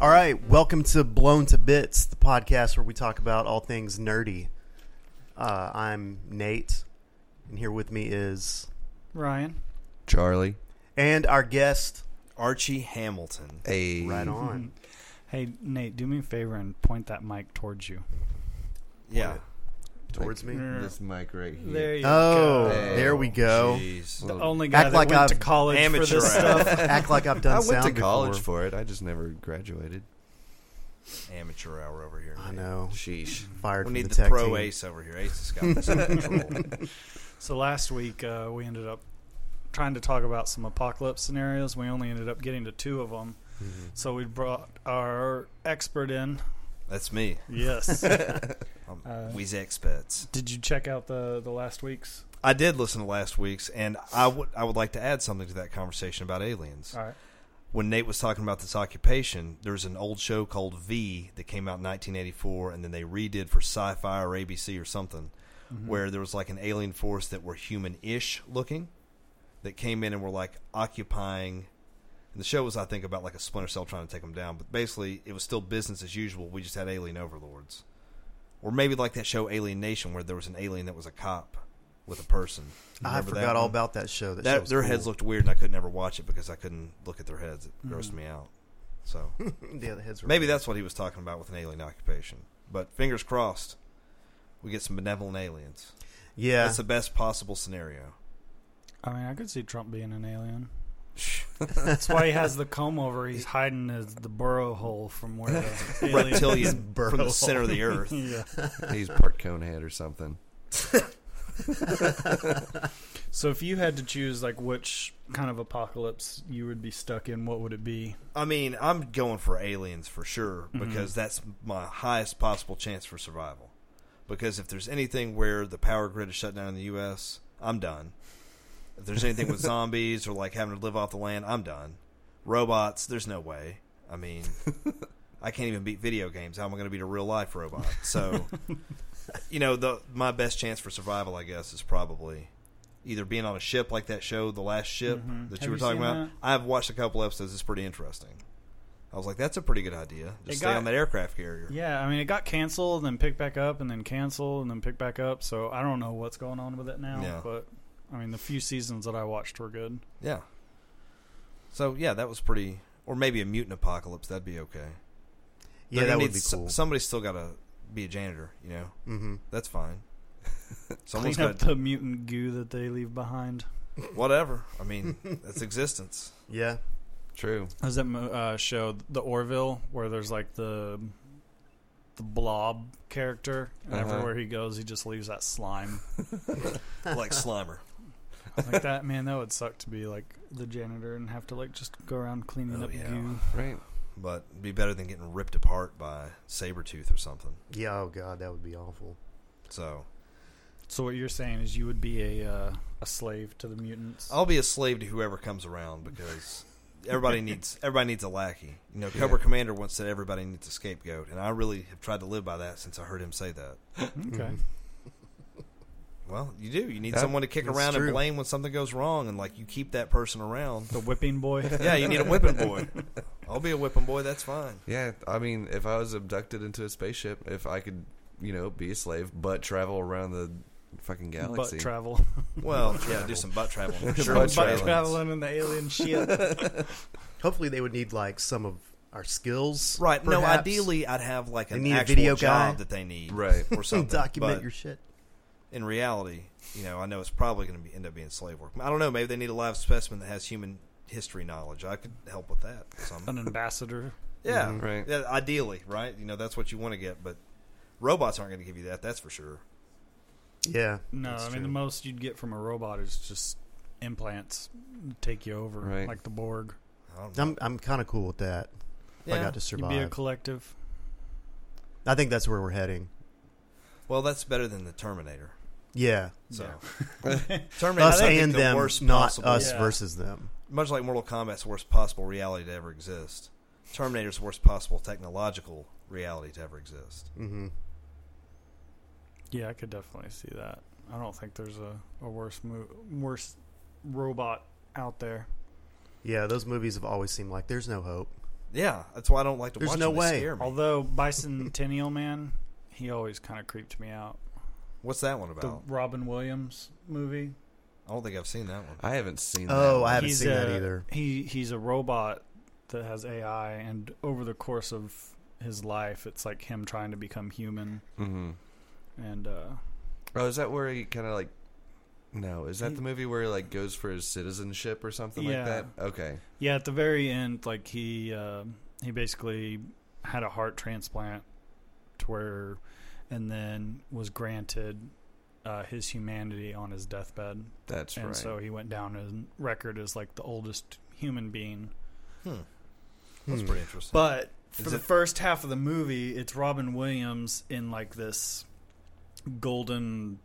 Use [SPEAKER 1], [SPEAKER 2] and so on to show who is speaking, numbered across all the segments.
[SPEAKER 1] All right, welcome to Blown to Bits, the podcast where we talk about all things nerdy. Uh, I'm Nate, and here with me is
[SPEAKER 2] Ryan.
[SPEAKER 3] Charlie.
[SPEAKER 1] and our guest.
[SPEAKER 4] Archie Hamilton.
[SPEAKER 3] A
[SPEAKER 1] Right on.
[SPEAKER 2] Mm-hmm. Hey Nate, do me a favor and point that mic towards you.
[SPEAKER 4] Yeah.
[SPEAKER 1] Towards me.
[SPEAKER 3] This mic right here.
[SPEAKER 2] There you
[SPEAKER 1] Oh,
[SPEAKER 2] go.
[SPEAKER 3] Hey.
[SPEAKER 1] there we go.
[SPEAKER 4] Jeez.
[SPEAKER 2] The only guy
[SPEAKER 1] Act
[SPEAKER 2] that
[SPEAKER 1] like
[SPEAKER 2] went to
[SPEAKER 1] I've
[SPEAKER 2] college for
[SPEAKER 4] amateur
[SPEAKER 2] this
[SPEAKER 4] hour.
[SPEAKER 2] stuff.
[SPEAKER 1] Act like I've done
[SPEAKER 3] I went
[SPEAKER 1] sound
[SPEAKER 3] to college
[SPEAKER 1] before.
[SPEAKER 3] for it. I just never graduated.
[SPEAKER 4] Amateur hour over here.
[SPEAKER 1] I
[SPEAKER 4] man.
[SPEAKER 1] know.
[SPEAKER 3] Sheesh.
[SPEAKER 1] Fired
[SPEAKER 4] We
[SPEAKER 1] from
[SPEAKER 4] need
[SPEAKER 1] the
[SPEAKER 4] the,
[SPEAKER 1] tech
[SPEAKER 4] pro
[SPEAKER 1] team.
[SPEAKER 4] ace over here. Ace has got this under control.
[SPEAKER 2] So last week uh, we ended up trying to talk about some apocalypse scenarios. We only ended up getting to two of them. So we brought our expert in.
[SPEAKER 4] That's me.
[SPEAKER 2] Yes.
[SPEAKER 1] Um,
[SPEAKER 4] I'm
[SPEAKER 2] Uh,
[SPEAKER 4] we's experts.
[SPEAKER 2] Did you check out the the last week's?
[SPEAKER 4] I did listen to last week's, and I would I would like to add something to that conversation about aliens.
[SPEAKER 2] All right.
[SPEAKER 4] When Nate was talking about this occupation, there's an old show called V that came out in 1984, and then they redid for Sci-Fi or ABC or something, where there was like an alien force that were human-ish looking, that came in and were like occupying. And the show was, I think, about like a splinter cell trying to take them down, but basically it was still business as usual. We just had alien overlords, or maybe like that show Alien Nation, where there was an alien that was a cop with a person.
[SPEAKER 1] I
[SPEAKER 4] Remember that
[SPEAKER 1] forgot all
[SPEAKER 4] one?
[SPEAKER 1] about that show. That, show
[SPEAKER 4] That,
[SPEAKER 1] was
[SPEAKER 4] their
[SPEAKER 1] cool.
[SPEAKER 4] heads looked weird, and I couldn't ever watch it because I couldn't look at their heads. It grossed me out. So
[SPEAKER 1] yeah, the heads were
[SPEAKER 4] maybe that's what he was talking about with an alien occupation. But fingers crossed, we get some benevolent aliens.
[SPEAKER 1] yeah.
[SPEAKER 4] That's the best possible scenario.
[SPEAKER 2] I mean, I could see Trump being an alien. That's why he has the comb over. He's hiding his, the burrow hole from where the alien.
[SPEAKER 4] Reptilian from
[SPEAKER 1] Burrow.
[SPEAKER 4] the center of the earth.
[SPEAKER 2] yeah.
[SPEAKER 3] He's part conehead or something.
[SPEAKER 2] So if you had to choose like which kind of apocalypse you would be stuck in, what would it be?
[SPEAKER 4] I mean, I'm going for aliens for sure because that's my highest possible chance for survival. Because if there's anything where the power grid is shut down in the U.S., I'm done. If there's anything with zombies or like having to live off the land, I'm done. Robots, there's no way. I mean, I can't even beat video games. How am I going to beat a real life robot? So, you know, the my best chance for survival, I guess, is probably either being on a ship like that show, The Last Ship,
[SPEAKER 2] Mhm.
[SPEAKER 4] that
[SPEAKER 2] Have
[SPEAKER 4] you were
[SPEAKER 2] you
[SPEAKER 4] talking
[SPEAKER 2] seen
[SPEAKER 4] about.
[SPEAKER 2] that?
[SPEAKER 4] I've watched a couple episodes. It's pretty interesting. I was like, that's a pretty good idea.
[SPEAKER 2] It
[SPEAKER 4] Just stay
[SPEAKER 2] got-
[SPEAKER 4] on that aircraft carrier.
[SPEAKER 2] Yeah, I mean it got canceled and then picked back up and then canceled and then picked back up. So I don't know what's going on with it now,
[SPEAKER 4] Yeah.
[SPEAKER 2] but I mean the few seasons that I watched were good.
[SPEAKER 4] Yeah. So yeah, that was pretty. Or maybe a mutant apocalypse. That'd be okay.
[SPEAKER 1] yeah,
[SPEAKER 4] They're
[SPEAKER 1] that
[SPEAKER 4] gonna
[SPEAKER 1] would
[SPEAKER 4] need
[SPEAKER 1] be
[SPEAKER 4] s-
[SPEAKER 1] cool.
[SPEAKER 4] somebody's still got to be a janitor. You know,
[SPEAKER 1] hmm
[SPEAKER 4] that's fine. Someone's
[SPEAKER 2] Clean up
[SPEAKER 4] got
[SPEAKER 2] the mutant goo that they leave behind.
[SPEAKER 4] whatever. I mean, that's existence.
[SPEAKER 1] Yeah.
[SPEAKER 3] True.
[SPEAKER 2] Is that mo- uh, show the Orville where there's like the the blob character and
[SPEAKER 3] Uh-huh.
[SPEAKER 2] everywhere he goes he just leaves that slime
[SPEAKER 4] Like Slimer.
[SPEAKER 2] like that man that would suck to be like the janitor and have to like just go around cleaning
[SPEAKER 4] Oh,
[SPEAKER 2] up
[SPEAKER 4] yeah.
[SPEAKER 2] goo
[SPEAKER 3] Right.
[SPEAKER 4] but it'd be better than getting ripped apart by Sabretooth or something.
[SPEAKER 1] Yeah. Oh god, that would be awful.
[SPEAKER 4] So
[SPEAKER 2] So what you're saying is you would be a uh, a slave to the mutants.
[SPEAKER 4] I'll be a slave to whoever comes around because everybody needs everybody needs a lackey. You know, Cobra Commander once said everybody needs a scapegoat, and I really have tried to live by that since I heard him say that.
[SPEAKER 2] okay.
[SPEAKER 4] Well, you do. You need
[SPEAKER 3] That-
[SPEAKER 4] someone to kick
[SPEAKER 1] that's
[SPEAKER 4] around
[SPEAKER 1] true.
[SPEAKER 4] and blame when something goes wrong, and like you keep that person around.
[SPEAKER 2] The whipping boy.
[SPEAKER 4] yeah, you need a whipping boy. I'll be a whipping boy. That's fine.
[SPEAKER 3] Yeah. I mean, if I was abducted into a spaceship, if I could, you know, be a slave but travel around the fucking
[SPEAKER 2] Butt
[SPEAKER 3] galaxy.
[SPEAKER 2] travel.
[SPEAKER 4] Well, yeah, do some butt traveling. for Sure,
[SPEAKER 3] Butt
[SPEAKER 4] with
[SPEAKER 2] Butt
[SPEAKER 3] traveling.
[SPEAKER 4] aliens.
[SPEAKER 2] traveling and the alien shit.
[SPEAKER 1] Hopefully, they would need like some of our skills.
[SPEAKER 4] Right. No,
[SPEAKER 1] perhaps.
[SPEAKER 4] ideally, I'd have like
[SPEAKER 1] They
[SPEAKER 4] an
[SPEAKER 1] need a
[SPEAKER 4] actual
[SPEAKER 1] video
[SPEAKER 4] job
[SPEAKER 1] guy.
[SPEAKER 4] that they need,
[SPEAKER 3] Right.
[SPEAKER 4] Or something.
[SPEAKER 1] document
[SPEAKER 4] But-
[SPEAKER 1] your shit.
[SPEAKER 4] in reality, you know, I know it's probably going to be, end up being slave work. I don't know. Maybe they need a live specimen that has human history knowledge. I could help with that. Some.
[SPEAKER 1] Um,
[SPEAKER 2] An ambassador.
[SPEAKER 4] Yeah,
[SPEAKER 3] Mhm. Right.
[SPEAKER 1] mm-hmm.
[SPEAKER 4] Yeah, ideally, right? You know, that's what you want to get, but robots aren't going to give you that. That's for sure.
[SPEAKER 1] Yeah.
[SPEAKER 2] No,
[SPEAKER 4] That's
[SPEAKER 2] I mean
[SPEAKER 4] true.
[SPEAKER 2] the most you'd get from a robot is just implants take you over
[SPEAKER 3] Right.
[SPEAKER 2] like the Borg.
[SPEAKER 4] I don't know.
[SPEAKER 1] I'm I'm kind of cool with that. If Um, I
[SPEAKER 4] Yeah.
[SPEAKER 1] got to
[SPEAKER 2] You'd be a
[SPEAKER 1] survive.
[SPEAKER 2] collective.
[SPEAKER 1] I think that's where we're heading.
[SPEAKER 4] Well, that's better than the Terminator.
[SPEAKER 1] Yeah.
[SPEAKER 4] So
[SPEAKER 2] Yeah.
[SPEAKER 4] Terminator,
[SPEAKER 1] Us
[SPEAKER 4] I think,
[SPEAKER 1] and
[SPEAKER 4] the
[SPEAKER 1] them,
[SPEAKER 4] worst
[SPEAKER 1] not
[SPEAKER 4] possible,
[SPEAKER 1] us
[SPEAKER 2] Yeah.
[SPEAKER 1] versus them.
[SPEAKER 4] Much like Mortal Kombat's worst possible reality to ever exist, Terminator's worst possible technological reality to ever exist.
[SPEAKER 1] hmm
[SPEAKER 2] Yeah, I could definitely see that. I don't think there's a a worse mo- worse robot out there.
[SPEAKER 1] Yeah, those movies have always seemed like there's no hope.
[SPEAKER 4] Yeah, that's why I don't like to
[SPEAKER 1] There's
[SPEAKER 4] watch
[SPEAKER 1] no
[SPEAKER 4] them. They
[SPEAKER 1] way.
[SPEAKER 4] scare me.
[SPEAKER 2] Although Bicentennial Man, he always kind of creeped me out.
[SPEAKER 4] What's that one
[SPEAKER 2] The
[SPEAKER 4] about?
[SPEAKER 2] Robin Williams movie.
[SPEAKER 4] I don't think I've seen that one.
[SPEAKER 3] I haven't seen.
[SPEAKER 1] Oh,
[SPEAKER 3] that.
[SPEAKER 1] I haven't
[SPEAKER 2] He's
[SPEAKER 1] seen that
[SPEAKER 2] a-
[SPEAKER 1] either.
[SPEAKER 2] He he's a robot that has AI, and over the course of his life, it's like him trying to become human.
[SPEAKER 3] hmm
[SPEAKER 2] And uh,
[SPEAKER 3] Oh, is that where he kind of like? No, is that
[SPEAKER 2] He-
[SPEAKER 3] the movie where he like goes for his citizenship or something
[SPEAKER 2] Yeah.
[SPEAKER 3] like that? Okay,
[SPEAKER 2] yeah, at the very end, like he uh, he basically had a heart transplant to where, and then was granted uh, his humanity on his deathbed.
[SPEAKER 3] that's
[SPEAKER 2] and
[SPEAKER 3] right.
[SPEAKER 2] so he went down in record as like the oldest human being.
[SPEAKER 4] Hmm. That's
[SPEAKER 1] Hmm.
[SPEAKER 4] pretty interesting.
[SPEAKER 2] But for
[SPEAKER 4] Is
[SPEAKER 2] the
[SPEAKER 4] it-
[SPEAKER 2] first half of the movie, it's Robin Williams in like this golden,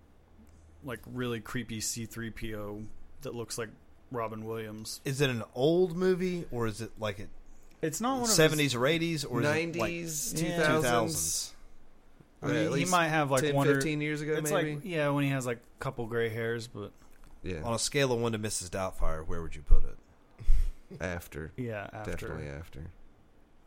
[SPEAKER 2] like really creepy C3PO that looks like Robin Williams.
[SPEAKER 4] is it an old movie or is it like it
[SPEAKER 2] It's not one of his,
[SPEAKER 4] seventies or eighties or nineties?
[SPEAKER 3] nineties,
[SPEAKER 2] like- Yeah.
[SPEAKER 3] two thousands.
[SPEAKER 2] I mean, he might have like
[SPEAKER 3] 10,
[SPEAKER 2] one or
[SPEAKER 3] 15 years ago,
[SPEAKER 2] it's
[SPEAKER 3] maybe.
[SPEAKER 2] like yeah, when he has like a couple gray hairs, but
[SPEAKER 3] yeah,
[SPEAKER 4] On a scale of one to Mrs. Doubtfire, where would you put it?
[SPEAKER 3] after,
[SPEAKER 2] yeah, after.
[SPEAKER 3] definitely after.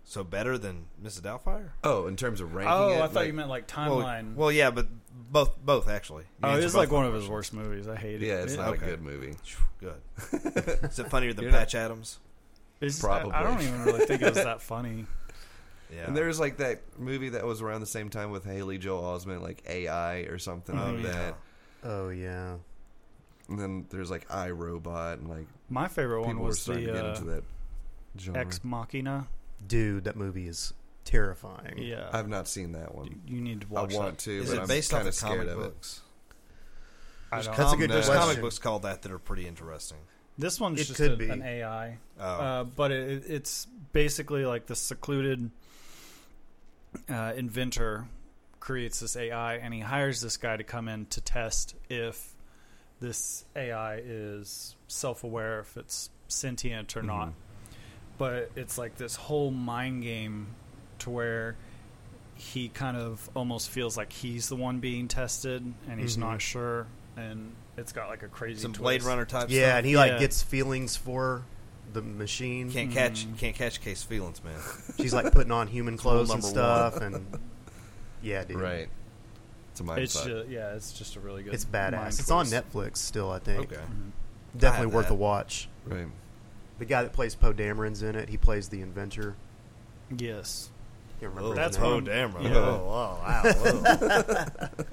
[SPEAKER 4] So better than Mrs. Doubtfire?
[SPEAKER 3] Oh, in terms of ranking.
[SPEAKER 2] Oh,
[SPEAKER 3] it,
[SPEAKER 2] I thought
[SPEAKER 3] like-
[SPEAKER 2] you meant like
[SPEAKER 4] Well,
[SPEAKER 2] timeline.
[SPEAKER 4] well, yeah, but both both actually. You
[SPEAKER 2] Mm. oh, it
[SPEAKER 4] answered
[SPEAKER 2] was
[SPEAKER 4] both
[SPEAKER 2] like
[SPEAKER 4] my
[SPEAKER 2] one of his
[SPEAKER 4] questions.
[SPEAKER 2] worst movies. I hated
[SPEAKER 3] Yeah,
[SPEAKER 2] it.
[SPEAKER 3] it's not
[SPEAKER 4] Okay.
[SPEAKER 3] a good movie.
[SPEAKER 4] Good. Is it funnier than
[SPEAKER 3] You're not-
[SPEAKER 4] Patch Adams?
[SPEAKER 2] It's-
[SPEAKER 3] Probably.
[SPEAKER 2] I, I don't even really think it was that funny.
[SPEAKER 4] Yeah.
[SPEAKER 3] And there was like that movie that was around the same time with Haley Joel Osment, like AI or something
[SPEAKER 2] Oh,
[SPEAKER 3] like
[SPEAKER 2] yeah.
[SPEAKER 3] that.
[SPEAKER 1] Oh yeah.
[SPEAKER 3] And then there's like iRobot, and like
[SPEAKER 2] My favorite one
[SPEAKER 3] people were
[SPEAKER 2] was
[SPEAKER 3] starting to
[SPEAKER 2] the
[SPEAKER 3] get
[SPEAKER 2] uh,
[SPEAKER 3] into that genre.
[SPEAKER 2] Ex Machina.
[SPEAKER 1] Dude, that movie is terrifying.
[SPEAKER 2] Yeah,
[SPEAKER 3] I've not seen that
[SPEAKER 2] You-
[SPEAKER 3] one.
[SPEAKER 2] you need to
[SPEAKER 3] I
[SPEAKER 2] watch that.
[SPEAKER 3] want to,
[SPEAKER 4] is
[SPEAKER 3] but
[SPEAKER 4] it
[SPEAKER 3] I'm
[SPEAKER 4] based off
[SPEAKER 3] kind of
[SPEAKER 4] of
[SPEAKER 3] scared
[SPEAKER 4] comic
[SPEAKER 3] of it.
[SPEAKER 4] books?
[SPEAKER 2] I
[SPEAKER 4] There's
[SPEAKER 2] don't-
[SPEAKER 1] That's a good
[SPEAKER 3] No.
[SPEAKER 4] There's
[SPEAKER 1] question.
[SPEAKER 4] comic books called that that are pretty interesting.
[SPEAKER 2] This one's
[SPEAKER 1] It
[SPEAKER 2] just
[SPEAKER 1] could
[SPEAKER 2] a-
[SPEAKER 1] be.
[SPEAKER 2] an AI,
[SPEAKER 4] Oh,
[SPEAKER 2] uh, but it, it's basically like the secluded uh, inventor creates this AI, and he hires this guy to come in to test if this AI is self-aware, if it's sentient or not.
[SPEAKER 3] Mhm.
[SPEAKER 1] Mm-hmm.
[SPEAKER 2] But it's like this whole mind game to where he kind of almost feels like he's the one being tested, and he's
[SPEAKER 1] Mhm.
[SPEAKER 2] not sure. And it's got like a crazy
[SPEAKER 4] some Blade
[SPEAKER 2] twist.
[SPEAKER 4] Runner type.
[SPEAKER 1] Yeah,
[SPEAKER 4] stuff.
[SPEAKER 1] and he
[SPEAKER 2] Yeah.
[SPEAKER 1] like gets feelings for the machine.
[SPEAKER 4] can't
[SPEAKER 2] Mm.
[SPEAKER 4] catch can't catch case feelings, man.
[SPEAKER 1] She's like putting on human
[SPEAKER 4] Rule
[SPEAKER 1] clothes and
[SPEAKER 4] number one.
[SPEAKER 1] stuff, and yeah, dude,
[SPEAKER 3] Right. It's a mind
[SPEAKER 2] It's uh,
[SPEAKER 3] fuck.
[SPEAKER 2] just, yeah, it's just a really good.
[SPEAKER 1] It's
[SPEAKER 2] mind
[SPEAKER 1] badass. It's on
[SPEAKER 2] twist.
[SPEAKER 1] Netflix still, I think.
[SPEAKER 4] Okay.
[SPEAKER 2] Mhm.
[SPEAKER 1] Definitely
[SPEAKER 4] I have
[SPEAKER 1] worth
[SPEAKER 4] that.
[SPEAKER 1] a watch.
[SPEAKER 3] Right.
[SPEAKER 1] The guy that plays Poe Dameron's in it. He plays the inventor.
[SPEAKER 2] Yes,
[SPEAKER 1] Can't remember
[SPEAKER 4] Oh,
[SPEAKER 1] his
[SPEAKER 2] That's
[SPEAKER 1] name.
[SPEAKER 2] one-
[SPEAKER 4] oh, damn right.
[SPEAKER 2] yeah.
[SPEAKER 4] Oh, wow, wow, whoa.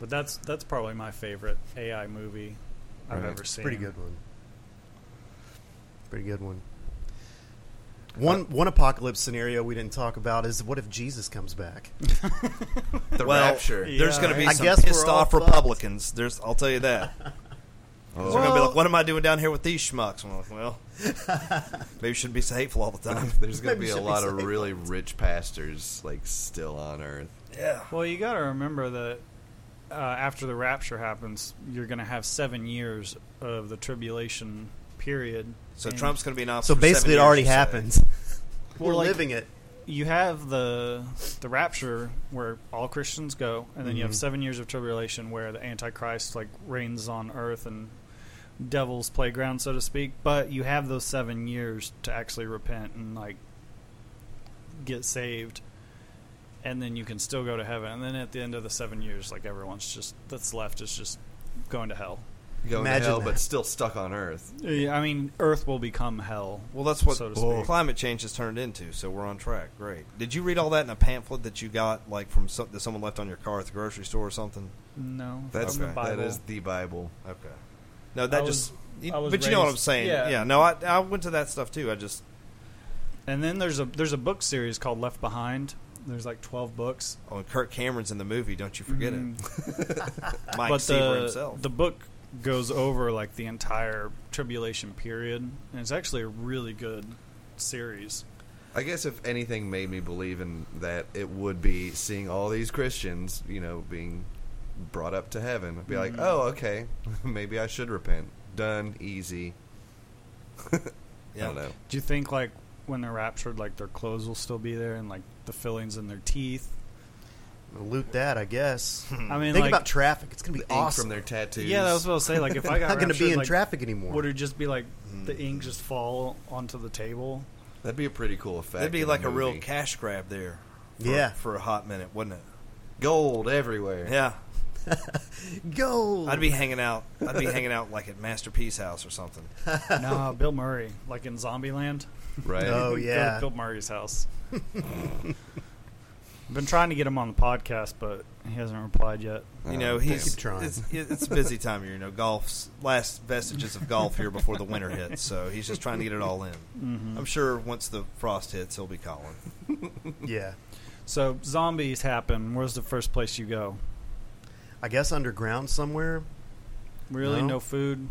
[SPEAKER 2] but that's that's probably my favorite AI movie I've
[SPEAKER 3] Right.
[SPEAKER 2] ever
[SPEAKER 3] It's
[SPEAKER 2] seen.
[SPEAKER 1] Pretty good one. Pretty good one. One one apocalypse scenario we didn't talk about is what if Jesus comes back?
[SPEAKER 3] The
[SPEAKER 4] well,
[SPEAKER 3] Rapture.
[SPEAKER 2] yeah.
[SPEAKER 4] there's going to be
[SPEAKER 1] I
[SPEAKER 4] some
[SPEAKER 1] guess we're
[SPEAKER 4] pissed
[SPEAKER 1] all
[SPEAKER 4] off
[SPEAKER 1] fucked.
[SPEAKER 4] Republicans. There's, I'll tell you that.
[SPEAKER 3] Oh.
[SPEAKER 4] They're going to be
[SPEAKER 2] Well-
[SPEAKER 4] like, "What am I doing down here with these schmucks?" I'm like, "Well, maybe you shouldn't be so hateful all the time."
[SPEAKER 3] There's going to
[SPEAKER 1] Maybe
[SPEAKER 3] be a
[SPEAKER 1] should be
[SPEAKER 3] lot of
[SPEAKER 1] safe.
[SPEAKER 3] really rich pastors like still on Earth.
[SPEAKER 4] Yeah,
[SPEAKER 2] Well, you got to remember that uh, after the rapture happens, you're going to have seven years of the tribulation period.
[SPEAKER 4] so
[SPEAKER 2] And
[SPEAKER 4] Trump's going to be an
[SPEAKER 1] So
[SPEAKER 4] option.
[SPEAKER 1] basically, it already happens. We're
[SPEAKER 2] Well, like-
[SPEAKER 1] living it.
[SPEAKER 2] You have the the rapture where all Christians go, and then you
[SPEAKER 3] Mm-hmm.
[SPEAKER 2] have
[SPEAKER 1] Mhm.
[SPEAKER 2] seven years of tribulation where the Antichrist like reigns on earth and devil's playground, so to speak. But you have those seven years to actually repent and like get saved, and then you can still go to heaven. And then at the end of the seven years, like everyone's just that's left is just going to hell.
[SPEAKER 3] Going
[SPEAKER 1] Imagine
[SPEAKER 3] to hell,
[SPEAKER 1] that.
[SPEAKER 3] but still stuck on Earth.
[SPEAKER 2] Yeah, I mean, Earth will become hell.
[SPEAKER 4] Well, that's what
[SPEAKER 2] so to speak.
[SPEAKER 4] climate change has turned into. So we're on track. Great. Did you read all that in a pamphlet that you got, like from some, that someone left on your car at the grocery store or something?
[SPEAKER 2] No,
[SPEAKER 3] That's
[SPEAKER 2] from the
[SPEAKER 4] okay.
[SPEAKER 2] Bible.
[SPEAKER 3] that is the Bible.
[SPEAKER 4] Okay. No, that
[SPEAKER 2] I
[SPEAKER 4] just.
[SPEAKER 2] was- I was
[SPEAKER 4] but you know what I'm
[SPEAKER 2] raised-
[SPEAKER 4] saying.
[SPEAKER 2] yeah.
[SPEAKER 4] no, I, I went to that stuff too. I just.
[SPEAKER 2] And then there's a there's a book series called Left Behind. There's like twelve books.
[SPEAKER 4] Oh, and Kirk Cameron's in the movie. Don't you forget
[SPEAKER 2] Mm.
[SPEAKER 4] it. Mike
[SPEAKER 2] but
[SPEAKER 4] Seaver
[SPEAKER 2] the,
[SPEAKER 4] himself.
[SPEAKER 2] the book goes over like the entire tribulation period, and it's actually a really good series.
[SPEAKER 3] I guess if anything made me believe in that, it would be seeing all these Christians, you know, being brought up to heaven. I'd be like,
[SPEAKER 2] Mhm.
[SPEAKER 3] oh, okay, maybe I should repent. Done, easy. I don't know.
[SPEAKER 2] Do you think like when they're raptured, like their clothes will still be there, and like the fillings in their teeth?
[SPEAKER 1] Loot that, I guess.
[SPEAKER 2] I mean,
[SPEAKER 1] Hmm. Think
[SPEAKER 2] like,
[SPEAKER 1] about traffic. It's gonna be
[SPEAKER 3] The ink
[SPEAKER 1] awesome.
[SPEAKER 3] from their tattoos.
[SPEAKER 2] yeah, that was what I was saying. Like if I
[SPEAKER 1] Not
[SPEAKER 2] got
[SPEAKER 1] gonna
[SPEAKER 2] raptured,
[SPEAKER 1] be in Hmm.
[SPEAKER 2] like,
[SPEAKER 1] traffic anymore.
[SPEAKER 2] would it just be like the
[SPEAKER 4] Mm.
[SPEAKER 2] ink just fall onto the table?
[SPEAKER 3] That'd be a pretty cool effect.
[SPEAKER 4] That'd be
[SPEAKER 3] in
[SPEAKER 4] like a real
[SPEAKER 3] movie.
[SPEAKER 4] cash grab there. For,
[SPEAKER 1] Yeah.
[SPEAKER 4] For a hot minute, wouldn't it?
[SPEAKER 3] gold everywhere.
[SPEAKER 4] Yeah.
[SPEAKER 1] Go.
[SPEAKER 4] I'd be hanging out. I'd be hanging out like at Masterpiece House or something.
[SPEAKER 2] nah, Bill Murray, like in Zombieland.
[SPEAKER 3] Right.
[SPEAKER 1] No. Oh,
[SPEAKER 2] Go to
[SPEAKER 1] yeah.
[SPEAKER 2] Bill Murray's house. I've been trying to get him on the podcast, but he hasn't replied yet.
[SPEAKER 4] You
[SPEAKER 1] Oh,
[SPEAKER 4] know, he's
[SPEAKER 1] Keep trying.
[SPEAKER 4] It's, it's a busy time of year. You know, golf's last vestiges of golf here before the winter hits. So he's just trying to get it all in.
[SPEAKER 1] Mm-hmm.
[SPEAKER 4] I'm sure once the frost hits, he'll be calling.
[SPEAKER 1] Yeah.
[SPEAKER 2] So zombies happen. Where's the first place you go?
[SPEAKER 1] I guess underground somewhere.
[SPEAKER 2] Really,
[SPEAKER 1] No.
[SPEAKER 2] no, food,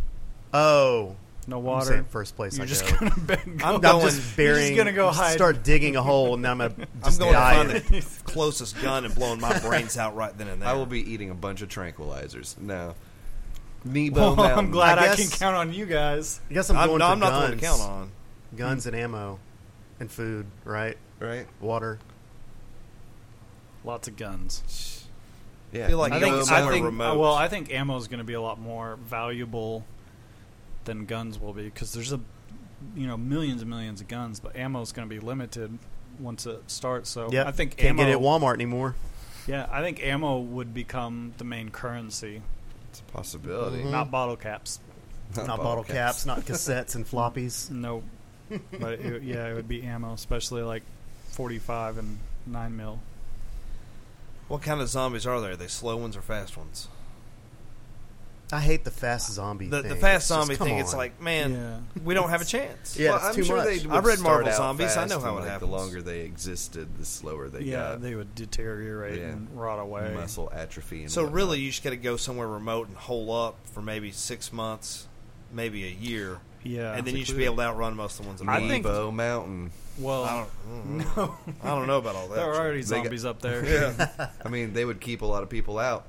[SPEAKER 1] Oh,
[SPEAKER 2] no
[SPEAKER 1] I'm
[SPEAKER 2] water.
[SPEAKER 1] saying first place uh,
[SPEAKER 2] You're
[SPEAKER 1] I
[SPEAKER 2] just
[SPEAKER 1] go.
[SPEAKER 2] gonna bed- go.
[SPEAKER 4] I'm
[SPEAKER 1] No, I'm
[SPEAKER 4] going-
[SPEAKER 1] just burying.
[SPEAKER 2] You're just gonna go hide.
[SPEAKER 1] Start digging a hole, and then I'm gonna
[SPEAKER 4] I'm
[SPEAKER 1] just
[SPEAKER 4] going
[SPEAKER 1] die.
[SPEAKER 4] to
[SPEAKER 1] in
[SPEAKER 4] find the closest gun and blowing my brains out right then and there.
[SPEAKER 3] I will be eating a bunch of tranquilizers. No. Nebo
[SPEAKER 2] Well,
[SPEAKER 3] Mountain.
[SPEAKER 2] I'm glad
[SPEAKER 1] I
[SPEAKER 2] I, can
[SPEAKER 1] guess-
[SPEAKER 2] count on you guys.
[SPEAKER 1] I guess I'm,
[SPEAKER 4] I'm,
[SPEAKER 1] going
[SPEAKER 4] no,
[SPEAKER 1] for
[SPEAKER 4] I'm not
[SPEAKER 1] guns.
[SPEAKER 4] the one to count on.
[SPEAKER 1] Guns and ammo, and food. Right.
[SPEAKER 3] Right.
[SPEAKER 1] Water.
[SPEAKER 2] Lots of guns.
[SPEAKER 3] Yeah.
[SPEAKER 4] Feel like
[SPEAKER 2] I
[SPEAKER 4] you
[SPEAKER 2] think,
[SPEAKER 4] go
[SPEAKER 2] I
[SPEAKER 4] somewhere
[SPEAKER 2] think
[SPEAKER 4] remote.
[SPEAKER 2] well, I think ammo is going to be a lot more valuable than guns will be because there's a you know millions and millions of guns, but ammo is going to be limited once it starts. So
[SPEAKER 1] Yep.
[SPEAKER 2] I think
[SPEAKER 1] can't
[SPEAKER 2] ammo.
[SPEAKER 1] get it at Walmart anymore.
[SPEAKER 2] yeah, I think ammo would become the main currency,
[SPEAKER 3] it's a possibility.
[SPEAKER 1] Mhm.
[SPEAKER 2] not bottle caps.
[SPEAKER 1] Not, bottle caps. Not cassettes and floppies.
[SPEAKER 2] No, but it, yeah, it would be ammo, especially like 45 and nine mil.
[SPEAKER 4] What kind of zombies are there? Are they slow ones or fast ones?
[SPEAKER 1] I hate the fast zombie.
[SPEAKER 4] The,
[SPEAKER 1] thing.
[SPEAKER 4] the fast
[SPEAKER 1] It's just,
[SPEAKER 4] zombie
[SPEAKER 1] come
[SPEAKER 4] thing, it's
[SPEAKER 1] on.
[SPEAKER 4] like, man,
[SPEAKER 2] Yeah.
[SPEAKER 4] we don't have a chance.
[SPEAKER 1] Yeah,
[SPEAKER 3] well,
[SPEAKER 1] it's
[SPEAKER 3] I'm
[SPEAKER 1] too
[SPEAKER 3] sure
[SPEAKER 1] much.
[SPEAKER 3] they would
[SPEAKER 4] I've read
[SPEAKER 3] start
[SPEAKER 4] Marvel
[SPEAKER 3] out
[SPEAKER 4] Zombies. I
[SPEAKER 3] fast
[SPEAKER 4] know how
[SPEAKER 3] and,
[SPEAKER 4] it
[SPEAKER 3] like,
[SPEAKER 4] happens.
[SPEAKER 3] The longer they existed, the slower they
[SPEAKER 2] yeah,
[SPEAKER 3] got.
[SPEAKER 2] they would deteriorate
[SPEAKER 3] Yeah.
[SPEAKER 2] and rot away.
[SPEAKER 3] muscle atrophy. And
[SPEAKER 4] So
[SPEAKER 3] whatnot.
[SPEAKER 4] really, you just got to go somewhere remote and hole up for maybe six months, maybe a year,
[SPEAKER 2] Yeah,
[SPEAKER 4] and then you should be able to outrun most of the ones.
[SPEAKER 3] Nebo
[SPEAKER 4] I,
[SPEAKER 2] I think-
[SPEAKER 3] Mountain.
[SPEAKER 2] well,
[SPEAKER 4] I don't, no. I don't know about all that.
[SPEAKER 2] there are
[SPEAKER 4] shit.
[SPEAKER 2] already
[SPEAKER 3] They got-
[SPEAKER 2] zombies up there. Mm-hmm.
[SPEAKER 3] Yeah. I mean, they would keep a lot of people out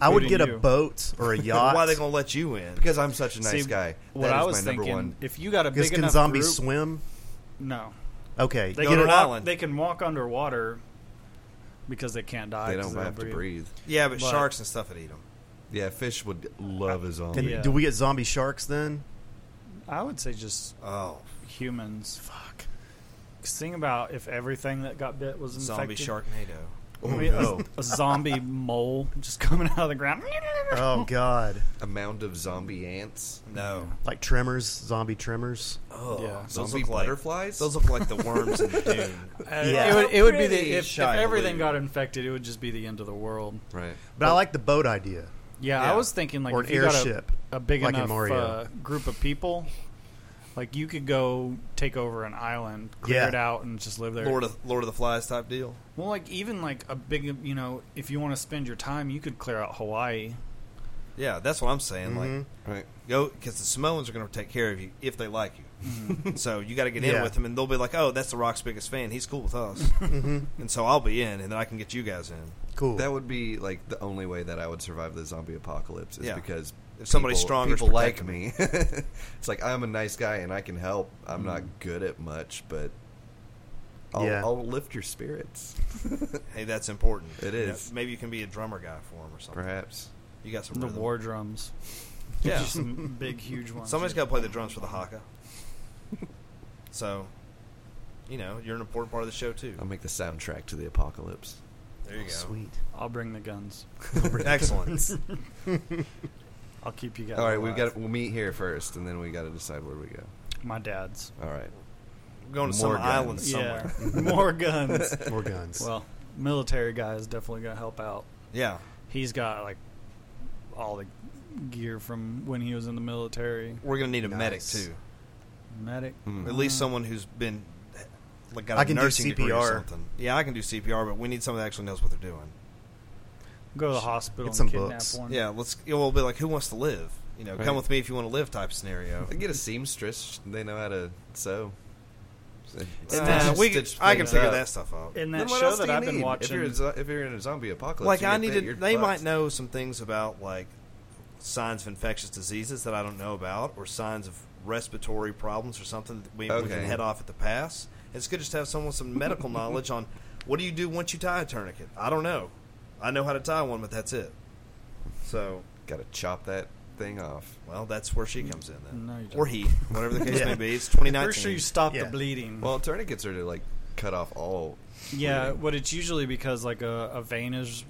[SPEAKER 1] I would
[SPEAKER 2] including
[SPEAKER 1] get
[SPEAKER 2] you.
[SPEAKER 1] a boat or a yacht.
[SPEAKER 4] Why are they gonna let you in?
[SPEAKER 3] because I'm such a nice
[SPEAKER 2] See,
[SPEAKER 3] guy.
[SPEAKER 2] What
[SPEAKER 3] That
[SPEAKER 2] I
[SPEAKER 3] is
[SPEAKER 2] was
[SPEAKER 3] my number
[SPEAKER 2] thinking,
[SPEAKER 3] one.
[SPEAKER 2] if you got a
[SPEAKER 1] Because
[SPEAKER 2] big
[SPEAKER 1] can
[SPEAKER 2] enough
[SPEAKER 1] zombies
[SPEAKER 2] group,
[SPEAKER 1] swim?
[SPEAKER 2] no,
[SPEAKER 1] Okay.
[SPEAKER 2] they
[SPEAKER 4] go
[SPEAKER 2] can
[SPEAKER 4] to an
[SPEAKER 2] walk,
[SPEAKER 4] island.
[SPEAKER 2] They can walk underwater because they can't die.
[SPEAKER 3] They
[SPEAKER 2] 'cause
[SPEAKER 3] don't
[SPEAKER 2] they'll
[SPEAKER 3] have to breathe.
[SPEAKER 4] yeah, but,
[SPEAKER 2] But-
[SPEAKER 4] sharks and stuff would eat them.
[SPEAKER 3] Yeah, fish would love his own.
[SPEAKER 1] And
[SPEAKER 2] Yeah.
[SPEAKER 1] do we get zombie sharks then?
[SPEAKER 2] I would say just
[SPEAKER 4] Oh,
[SPEAKER 2] humans. Fuck. Thing about if everything that got bit was
[SPEAKER 4] zombie
[SPEAKER 2] infected.
[SPEAKER 4] Sharknado.
[SPEAKER 2] We- a- a, zombie mole just coming out of the ground.
[SPEAKER 1] Oh God!
[SPEAKER 3] A mound of zombie ants,
[SPEAKER 4] No,
[SPEAKER 1] Like tremors, zombie tremors.
[SPEAKER 4] oh,
[SPEAKER 2] Yeah.
[SPEAKER 4] those
[SPEAKER 3] zombie
[SPEAKER 4] look like
[SPEAKER 3] butterflies.
[SPEAKER 4] those look like the worms in Dune.
[SPEAKER 2] Uh,
[SPEAKER 1] Yeah.
[SPEAKER 2] It would, it would be
[SPEAKER 4] Pretty
[SPEAKER 2] the if, if
[SPEAKER 4] shy
[SPEAKER 2] everything
[SPEAKER 4] blue.
[SPEAKER 2] got infected, it would just be the end of the world.
[SPEAKER 3] right.
[SPEAKER 1] But I like the boat idea.
[SPEAKER 2] Yeah,
[SPEAKER 4] Yeah.
[SPEAKER 2] I was thinking like
[SPEAKER 1] Or
[SPEAKER 2] if
[SPEAKER 1] an
[SPEAKER 2] you got a-
[SPEAKER 1] airship,
[SPEAKER 2] a, big
[SPEAKER 1] like in
[SPEAKER 2] enough
[SPEAKER 1] Mario.
[SPEAKER 2] uh, group of people, like you could go take over an island, clear
[SPEAKER 1] Yeah.
[SPEAKER 2] it out, and just live there.
[SPEAKER 4] Lord of Lord of the Flies type deal.
[SPEAKER 2] well, like even like a big, you know, if you want to spend your time, you could clear out Hawaii.
[SPEAKER 4] Yeah, that's what I'm saying. Like
[SPEAKER 1] Mhm.
[SPEAKER 3] Right.
[SPEAKER 4] go because the Samoans are going to take care of you if they like you. so you got to get in
[SPEAKER 1] Yeah.
[SPEAKER 4] with them, and they'll be like, "Oh, that's the Rock's biggest fan. He's cool with us." And so I'll be in, and then I can get you guys in.
[SPEAKER 1] Cool.
[SPEAKER 3] That would be like the only way that I would survive the zombie apocalypse is
[SPEAKER 4] Yeah.
[SPEAKER 3] because
[SPEAKER 4] If somebody
[SPEAKER 3] people-
[SPEAKER 4] stronger is
[SPEAKER 3] people like
[SPEAKER 4] protecting
[SPEAKER 3] me. it's like I'm a nice guy and I can help. I'm
[SPEAKER 4] Mm-hmm.
[SPEAKER 3] not good at much, but I'll,
[SPEAKER 1] Yeah.
[SPEAKER 3] I'll lift your spirits,
[SPEAKER 4] Hey, that's important.
[SPEAKER 3] It
[SPEAKER 4] You know,
[SPEAKER 3] is.
[SPEAKER 4] maybe you can be a drummer guy for him or something.
[SPEAKER 3] perhaps.
[SPEAKER 4] You got some
[SPEAKER 2] The
[SPEAKER 4] rhythm.
[SPEAKER 2] war drums,
[SPEAKER 4] Yeah.
[SPEAKER 2] Just some big huge ones.
[SPEAKER 4] Somebody's got to play the drums for the haka. so, you know, you're an important part of the show too.
[SPEAKER 3] I'll make the soundtrack to the apocalypse.
[SPEAKER 4] There you go.
[SPEAKER 1] Sweet.
[SPEAKER 2] I'll bring the guns.
[SPEAKER 4] Oh, Excellent.
[SPEAKER 2] I'll keep you guys.
[SPEAKER 3] All right,
[SPEAKER 2] alive.
[SPEAKER 3] we've got we'll meet here first, and then we got to decide where we go.
[SPEAKER 2] my dad's.
[SPEAKER 3] All right,
[SPEAKER 4] We're going to some
[SPEAKER 3] More guns.
[SPEAKER 4] island somewhere.
[SPEAKER 2] Yeah, more guns.
[SPEAKER 1] More guns.
[SPEAKER 2] Well, military guy is definitely gonna help out.
[SPEAKER 4] Yeah.
[SPEAKER 2] He's got like all the gear from when he was in the military.
[SPEAKER 4] We're going to need a medic
[SPEAKER 1] Nice.
[SPEAKER 4] too.
[SPEAKER 2] Medic. Hmm.
[SPEAKER 3] Mm.
[SPEAKER 4] At
[SPEAKER 2] Mm-hmm.
[SPEAKER 4] least someone who's been like got a
[SPEAKER 1] I can do
[SPEAKER 4] nursing degree or
[SPEAKER 1] CPR.
[SPEAKER 4] something. Yeah, I can do CPR, but we need someone that actually knows what they're doing.
[SPEAKER 2] Go to the hospital
[SPEAKER 1] Get
[SPEAKER 2] and
[SPEAKER 1] some
[SPEAKER 2] kidnap
[SPEAKER 1] books.
[SPEAKER 2] one.
[SPEAKER 4] Yeah, let's. It will be like, who wants to live? You know,
[SPEAKER 3] Right.
[SPEAKER 4] come with me if you want to live type scenario.
[SPEAKER 3] I get a seamstress. They know how to sew. And
[SPEAKER 4] Uh, we, could- I can figure that stuff out.
[SPEAKER 2] In
[SPEAKER 3] Then
[SPEAKER 2] that
[SPEAKER 3] what
[SPEAKER 2] show
[SPEAKER 3] else
[SPEAKER 2] that
[SPEAKER 3] do you
[SPEAKER 2] I've been
[SPEAKER 3] need?
[SPEAKER 2] watching,
[SPEAKER 3] If you're, a zo- if you're in a zombie apocalypse,
[SPEAKER 4] like
[SPEAKER 3] you
[SPEAKER 4] I
[SPEAKER 3] get
[SPEAKER 4] need
[SPEAKER 3] bit,
[SPEAKER 4] to.
[SPEAKER 3] you're
[SPEAKER 4] They might
[SPEAKER 3] fucked.
[SPEAKER 4] know some things about like signs of infectious diseases that I don't know about, or signs of respiratory problems or something that we, we
[SPEAKER 3] Okay.
[SPEAKER 4] can head off at the pass. It's good just to have someone with some medical knowledge on what do you do once you tie a tourniquet. I don't know. I know how to tie one, but that's it. So
[SPEAKER 3] Got to chop that thing off.
[SPEAKER 4] Well, that's where she comes in then,
[SPEAKER 2] No, you don't.
[SPEAKER 4] or he, whatever the case
[SPEAKER 1] Yeah.
[SPEAKER 4] may be. It's
[SPEAKER 2] First,
[SPEAKER 4] 2019.
[SPEAKER 2] you stop
[SPEAKER 1] Yeah.
[SPEAKER 2] the bleeding.
[SPEAKER 3] Well, tourniquets are to like cut off all.
[SPEAKER 2] yeah,
[SPEAKER 3] bleeding.
[SPEAKER 2] but it's usually because like a, a vein is